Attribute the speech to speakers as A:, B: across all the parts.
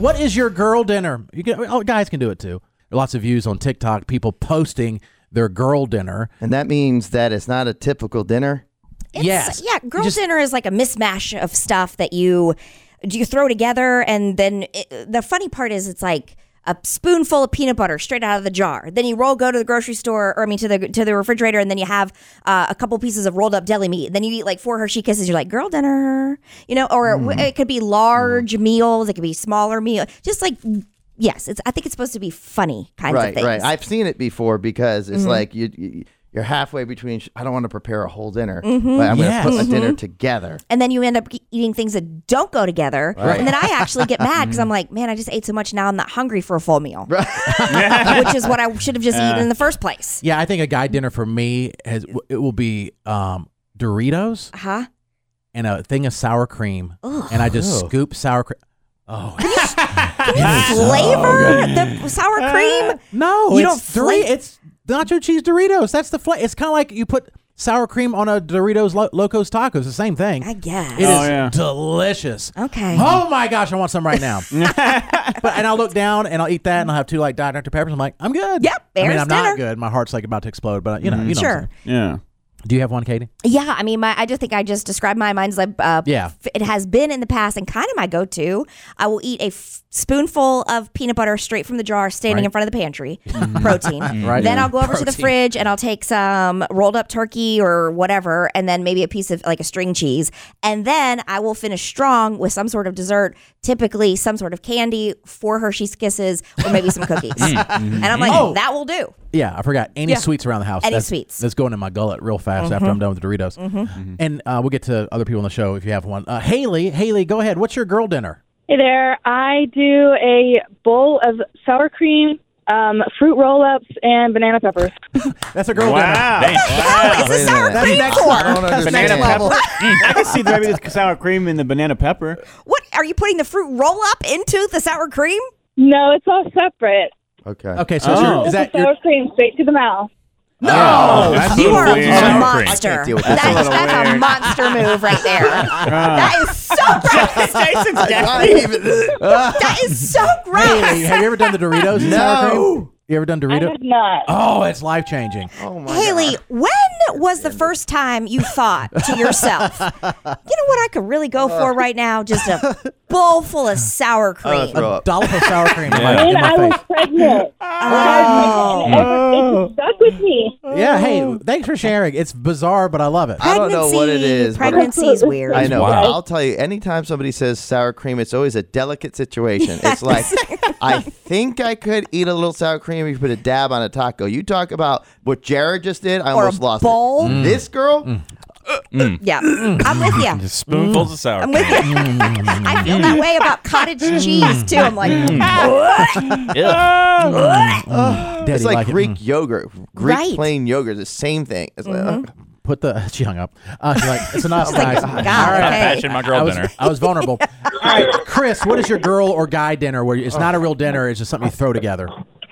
A: What is your girl dinner? You can, oh, guys can do it too. Lots of views on TikTok, people posting their girl dinner.
B: And that means that it's not a typical dinner.
A: It's, yes.
C: Yeah, girl
A: Just-
C: dinner is like a mismatch of stuff that you do you throw together, and then it, the funny part is it's like a spoonful of peanut butter straight out of the jar. Then you roll go to the grocery store, or I mean to the to the refrigerator, and then you have uh, a couple pieces of rolled up deli meat. Then you eat like four Hershey kisses. You're like girl dinner, you know, or it w- it could be large meals, it could be smaller meal, just like. Yes, it's. I think it's supposed to be funny kinds of
B: right,
C: things.
B: right. I've seen it before because it's like you, you you're halfway between. sh- I don't want to prepare a whole dinner, but I'm
A: Yes.
B: going to put a dinner together.
C: and then you end up e-, eating things that don't go together. And then I actually get mad because I'm like, man, I just ate so much. Now I'm not hungry for a full meal, which is what I should have just eaten in the first place.
A: Yeah, I think a guy dinner for me has it will be um, Doritos
C: Huh?
A: and a thing of sour cream, and I just scoop sour cream. Oh,
C: Flavor the sour cream.
A: No,
C: You
A: it's
C: don't
A: Dori-
C: flake-
A: It's nacho cheese Doritos. That's the flavor. It's kind of like you put sour cream on a Doritos lo- Locos Tacos. The same thing.
C: I
A: It is
C: guess.
D: yeah.
A: delicious.
C: Okay.
A: Oh my gosh, I want some right now. but and I'll look down and I'll eat that and I'll have two like Diet Dr Peppers. I'm like, I'm good.
C: Yep,
A: I mean,
C: there's
A: I'm not
C: dinner. Mm-hmm.
A: good. My heart's like about to explode, but you know, you know. what I'm
C: Sure.
A: saying.
D: Yeah.
A: Do you have one, Katie?
C: Yeah. I mean, my, I just think I just described my mind's like, uh,
A: Yeah.
C: f- it has been in the past and kind of my go to. I will eat a f- spoonful of peanut butter straight from the jar standing in front of the pantry, protein.
A: Right.
C: Then I'll go over to the fridge and I'll take some rolled up turkey or whatever, and then maybe a piece of like a string cheese. And then I will finish strong with some sort of dessert, typically some sort of candy, four Hershey's Kisses, or maybe some cookies. and I'm like,
A: Oh.
C: that will do.
A: Yeah, I forgot. Any
C: Yeah.
A: sweets around the house?
C: Any
A: that's,
C: sweets. Mm-hmm.
A: That's going in my gullet real fast after I'm done with the Doritos.
D: Mm-hmm.
A: And uh, we'll get to other people on the show if you have one. Uh, Haley, Haley, go ahead. What's your girl dinner?
E: Hey there. I do a bowl of sour cream, um, fruit roll ups, and banana peppers.
A: That's a girl dinner.
D: Wow.
B: Ah.
C: It's a sour
B: That's
C: cream
B: next- I
C: core.
B: don't understand.
D: Banana pepper. Mm, I can see maybe the sour cream and the banana pepper.
C: What are you putting the fruit roll up into the sour cream?
E: No, it's all separate.
B: Okay.
A: Okay, so is, your,
D: Oh.
A: is that
E: It's a
A: your oh.
E: sour cream straight to the mouth.
D: No, Oh. that's
C: You
D: a
C: are
D: little weird.
C: a
B: Sour cream. I
C: monster.
B: can't deal with
C: That's,
B: that.
C: that's,
B: That's
C: a,
B: a
C: monster move right there. that is so gross.
D: Jason's
B: I even-
C: That is so
A: Haley,
C: gross.
A: have you ever done the Doritos? and sour
B: No.
A: cream? You ever done
E: I
A: Doritos?
E: have not.
A: Oh, it's life changing.
B: oh my
C: Haley,
B: God.
C: when was the first time you thought to yourself, you know what I could really go for right now? Just a bowl full of sour cream.
B: throw up.
A: Dollop of sour cream in, my,
D: Yeah.
A: in
E: And I
A: my
E: was
A: face. Oh.
E: pregnant.
C: Uh,
E: And it, it stuck with me.
A: Yeah, hey, thanks for sharing. It's bizarre, but I love it.
B: I don't know what it
C: Pregnancy-
B: is, but-
C: Pregnancy is weird.
B: I know.
D: Wow.
B: But I'll tell you, anytime somebody says sour cream, it's always a delicate situation. It's like, I think I could eat a little sour cream if you put a dab on a taco. You talk about what Jared just did, I
C: Or
B: almost
C: a
B: lost
C: bowl.
B: it. This girl,
C: Yeah, I'm with you.
F: Spoonfuls of sour
C: I'm
F: cream.
C: with you. I feel that way about cottage cheese too. I'm like,
B: Mm.
A: Daddy
B: it's like,
A: it.
B: Greek
A: Mm.
B: yogurt, Greek
C: Right.
B: plain yogurt, the same thing. It's like, ugh.
A: Put the she hung up. Uh, she's like, it's enough, guys.
C: God,
A: All right.
C: okay.
F: Fashion my girl
A: I was,
F: dinner.
A: I was vulnerable. All right, Chris, what is your girl or guy dinner where it's not a real dinner, it's just something you throw together?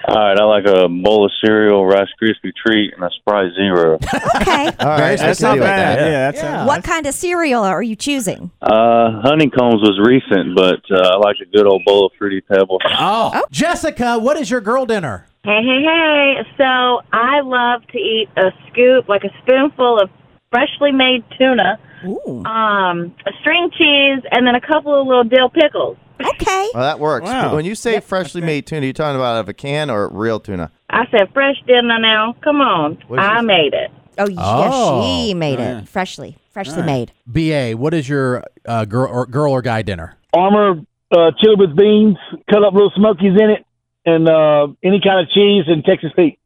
G: All right, I like a bowl of cereal, Rice Krispie treat, and a Sprite Zero.
C: okay.
B: all right, I
D: That's
B: can
D: not
B: deal with
D: bad.
B: that.
D: Yeah, that's not
C: What kind of cereal are you choosing?
G: Uh, honeycombs was recent, but uh, I like a good old bowl of Fruity Pebbles.
A: Oh. Jessica, what is your girl dinner?
H: Hey, hey, hey. So I love to eat a scoop, like a spoonful of freshly made tuna,
C: Ooh.
H: um, a string cheese, and then a couple of little dill pickles.
C: Okay.
B: Well, that works.
D: Wow.
B: When you say freshly made tuna, you're talking about out of a can or real tuna?
H: I said, fresh dinner now. Come on.
B: What is
H: I
B: this?
H: made it.
C: Oh, yeah, she made it freshly, freshly made.
A: BA, what is your uh, girl or girl or guy dinner?
I: armor uh, chili with beans, cut up little smokies in it, and uh, any kind of cheese and Texas Pete.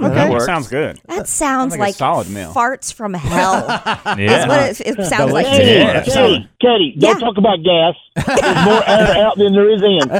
B: That
D: bad.
B: works.
D: Sounds good.
C: That sounds
D: like a
C: like,
D: solid meal.
C: farts from hell. That's
F: Yeah.
C: what it, it sounds like. to
I: Hey,
C: me.
F: Yeah.
I: Katie, Katie,
C: Yeah.
I: don't talk about gas. There's more air out than there is in.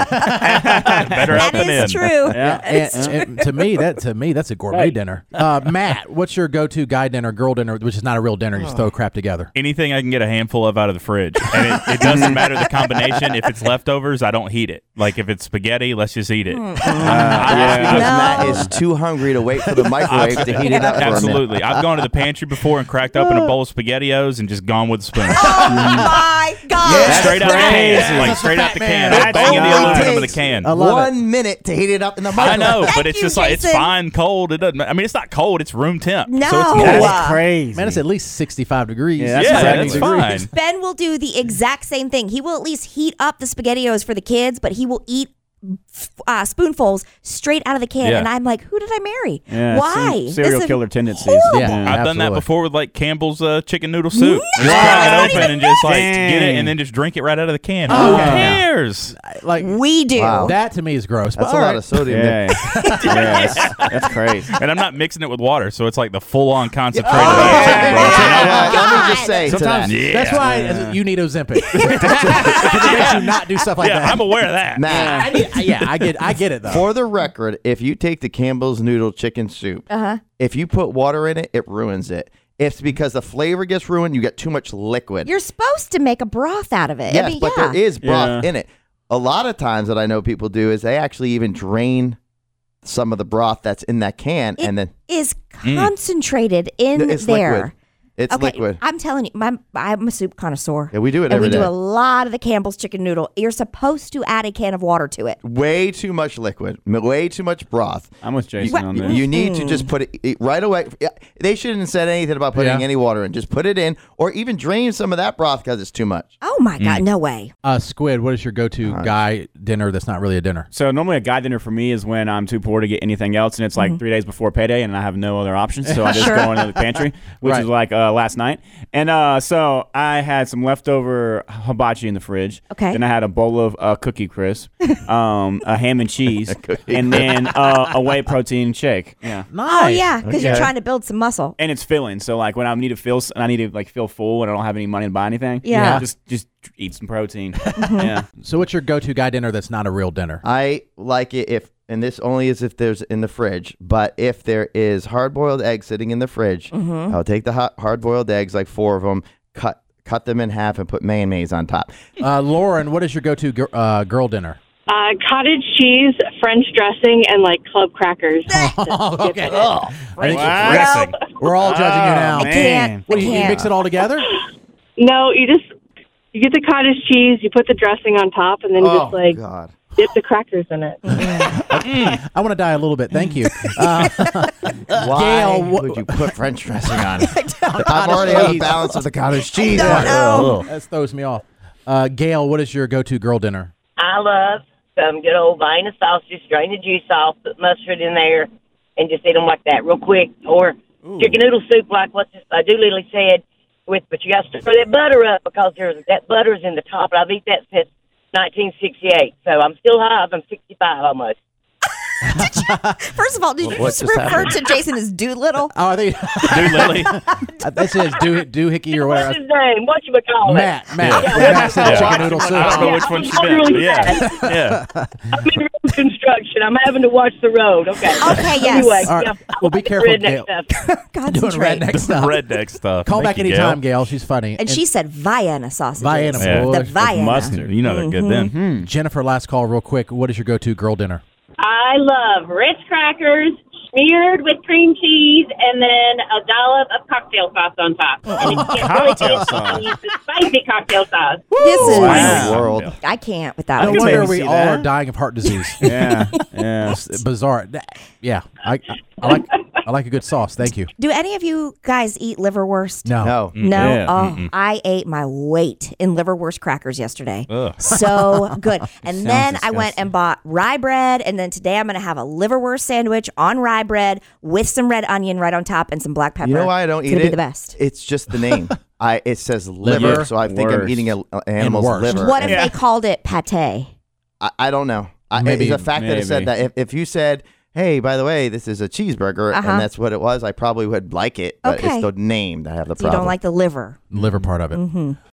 F: Better
C: That
F: out than in.
C: is true.
A: And- and to me, that to me, that's a gourmet dinner. Uh, Matt, what's your go-to guy dinner, girl dinner, which is not a real dinner? You just throw crap together.
F: Anything I can get a handful of out of the fridge, and it, it doesn't matter the combination. If it's leftovers, I
C: Hmm.
F: don't heat it. Like if it's spaghetti, let's just eat it. Uh, I-
B: That's because
C: No.
B: Matt is too hungry to wait for the microwave to heat it up. for a minute.
F: Absolutely. I've gone to the pantry before and cracked open a bowl of SpaghettiOs and just gone with a spoon.
C: Oh, my God.
B: Yes.
F: straight out the
B: Crazy.
F: can. Like,
B: That's
F: straight
B: a
F: out
B: fat
F: the
B: man.
F: can.
B: That's
F: I'm banging
B: all
F: the
B: it
F: aluminum in the
B: takes.
F: can.
A: I love
B: One minute to heat it up in the
F: I
B: microwave.
F: know,
C: Oh, Thank
F: but it's
C: you,
F: just like it's
C: Jason.
F: fine cold. It doesn't. ma- I mean, it's not cold. It's room temp.
C: No. Uh,
F: so it's
C: That's
F: normal.
C: Oh, Wow.
D: That's crazy.
A: Man, it's at least 65 degrees.
D: Yeah, that's
F: yeah,
D: exactly.
F: that's fine.
C: Ben will do the exact same thing. He will at least heat up the SpaghettiOs for the kids, but he will eat f- uh, spoonfuls straight out of the can.
F: Yeah.
C: And I'm like, who did I marry?
D: Yeah,
C: Why?
D: some
C: This
D: Serial
C: is-
D: killer tendencies.
A: Yeah,
F: I've done that
A: absolutely.
F: before with like Campbell's uh, chicken noodle soup. Just
C: No!
F: crack it open and just like
D: Dang.
F: get it and then just drink it right out of the can. Who
A: Okay.
F: cares?
A: Like
C: We do.
B: Wow.
A: that to me is gross.
B: That's
A: but
B: a
A: all
B: lot
A: right.
B: of sodium. there.
D: Yeah. yeah, that's, that's crazy.
F: And I'm not mixing it with water, so it's like the full on
B: Oh,
A: Oh,
F: concentrated.
B: Hey,
F: Yeah.
B: you know what? Let
C: God.
B: me just say to that,
A: Sometimes that's why you need Ozempic. 'Cause it makes you not do stuff like
F: Yeah,
A: that.
F: I'm aware of that.
B: Matt,
A: I need- yeah, I get, I get it though.
B: for the record, if you take the Campbell's noodle chicken soup,
C: Uh-huh.
B: if you put water in it, it ruins it. It's because the flavor gets ruined. You get too much liquid.
C: You're supposed to make a broth out of it.
B: yes,
C: I mean,
B: but
C: yeah.
B: there is broth
D: Yeah.
B: in it. A lot of times that I know people do is they actually even drain some of the broth that's in that can,
C: It
B: and then Mm.
C: is concentrated in
B: it's
C: there.
B: liquid. It's
C: okay,
B: liquid.
C: I'm telling you, my, I'm a soup connoisseur.
B: Yeah, we do it
C: and
B: every
C: we do
B: day.
C: a lot of the Campbell's chicken noodle. You're supposed to add a can of water to it.
B: Way too much liquid. m- Way too much broth.
D: I'm with Jason
C: What-
D: on
B: You-
D: this.
B: You need to
A: Mm.
B: just put it it right away. Yeah, They shouldn't have said anything about putting
A: Yeah.
B: any water in. Just put it in, or even drain some of that broth because it's too much.
C: Oh my God,
B: Mm.
C: no way.
A: Uh, Squid, what is your go-to guy dinner that's not really a dinner?
D: So normally a guy dinner for me is when I'm too poor to get anything else, and it's like three days before payday, and I have no other options, so I just go into the pantry, which
A: Right.
D: is like uh, last night. And uh, so I had some leftover hibachi in the fridge.
C: Okay.
D: Then I had a bowl of uh, cookie crisp, um, a ham and cheese, and then uh, a whey protein shake. Yeah.
C: Oh
A: Nice.
C: yeah, because you're
B: Okay.
C: trying to build some muscle.
D: And it's filling, so like when I need to fill, s- and I need to like feel full, and I don't have any money to buy anything.
C: Yeah. Yeah.
D: Just just eat some protein. yeah.
A: So what's your go-to guy dinner that's not a real dinner?
B: I like it if, and this only is if there's in the fridge, but if there is hard boiled eggs sitting in the fridge,
A: Mm-hmm.
B: I'll take the hot hard boiled eggs, like four of them, cut cut them in half, and put mayonnaise on top.
A: Uh, Lauren, what is your go-to gir- uh, girl dinner?
E: Uh, cottage cheese, French dressing, and like club crackers.
A: Oh, okay. I think
F: Dressing.
A: We're all judging you
D: Oh,
A: now.
C: I can't.
D: Man.
A: What
C: I
A: do you, you
C: can't.
A: mix it all together?
E: No, you just you get the cottage cheese, you put the dressing on top, and then you
A: Oh,
E: just like
B: Oh, God.
E: dip the crackers in it.
A: I want to die a little bit. Thank you. Uh,
B: Why
A: Gail, wha-
B: would you put French dressing on it? I'm already out of balance with the cottage cheese.
C: don't know.
A: that throws me off. Uh, Gail, what is your go-to girl dinner?
H: I love some good old Vienna sausage, drain the juice off, put mustard in there, and just eat them like that real quick. Or chicken noodle soup, like what this, uh, Doolittle said, with but you got to stir that butter up because there's that butter's in the top. And I've eaten that since 1968, so I'm still high. I'm 65 almost.
C: First of all, did you
B: what
C: just
B: just
C: refer
B: happened?
C: to Jason as Doolittle?
A: Oh, I think
F: Doolittle.
A: that says do doohickey or
H: What's
A: whatever.
H: his name? What you call it?
A: Matt, Matt,
H: Yeah.
A: Matt said
F: Yeah.
A: chicken noodle
F: I don't know
A: soup.
F: which one she
H: I'm
F: meant. but
H: really
F: Yeah. yeah.
H: I'm in road construction. I'm having to watch the road. Okay.
C: Okay, yes.
H: Anyway,
A: All right.
H: yeah,
A: Well, be
H: I'm
A: careful,
H: redneck
A: Gail.
H: stuff.
A: Doing
C: Concentrate.
A: redneck stuff.
F: Redneck stuff.
A: Call
F: Thank
A: back
F: you,
A: anytime, Gail. She's funny.
C: And she said Vienna sausage.
A: Vienna,
F: Yeah.
A: boy.
C: The
A: With
C: Vienna.
F: Mustard. You know they're good then.
A: Jennifer, last call, real quick. What is your go-to girl dinner?
H: I love Ritz crackers smeared with cream cheese and then a dollop of cocktail sauce on top. And it's
D: Oh, Cocktail sauce.
H: It's a spicy cocktail sauce.
C: This is.
B: Wow. world.
C: I can't with that.
A: No
D: can
C: one.
D: make
A: wonder
D: you
A: we
D: see
A: all
D: that.
A: are dying of heart disease.
D: Yeah. Yeah.
A: Bizarre. That- Yeah, I, I like I like a good sauce. Thank you.
C: Do any of you guys eat liverwurst?
A: No.
B: No.
C: No.
D: Yeah.
C: Oh, I ate my weight in liverwurst crackers yesterday.
F: Ugh.
C: So good. And then I went
D: disgusting.
C: and bought rye bread. And then today I'm going to have a liverwurst sandwich on rye bread with some red onion right on top and some black pepper.
B: You know why I don't
C: It's
B: eat
C: gonna
B: it?
C: be the best.
B: It's just the name. I it says liver,
A: Liver,
B: so I think I'm
D: worst,
B: eating a- an animal's
A: worst.
B: liver.
C: What if
B: And
C: they called it pate?
B: I, I don't know. I,
A: Maybe,
B: maybe the fact that it said
D: maybe.
B: that. If, if you said, "Hey, by the way, this is a cheeseburger,"
C: Uh-huh.
B: and that's what it was, I probably would like it. But
C: Okay.
B: it's the name that I have the
C: So you
B: problem.
C: don't like the liver. Mm-hmm.
A: Liver part of it.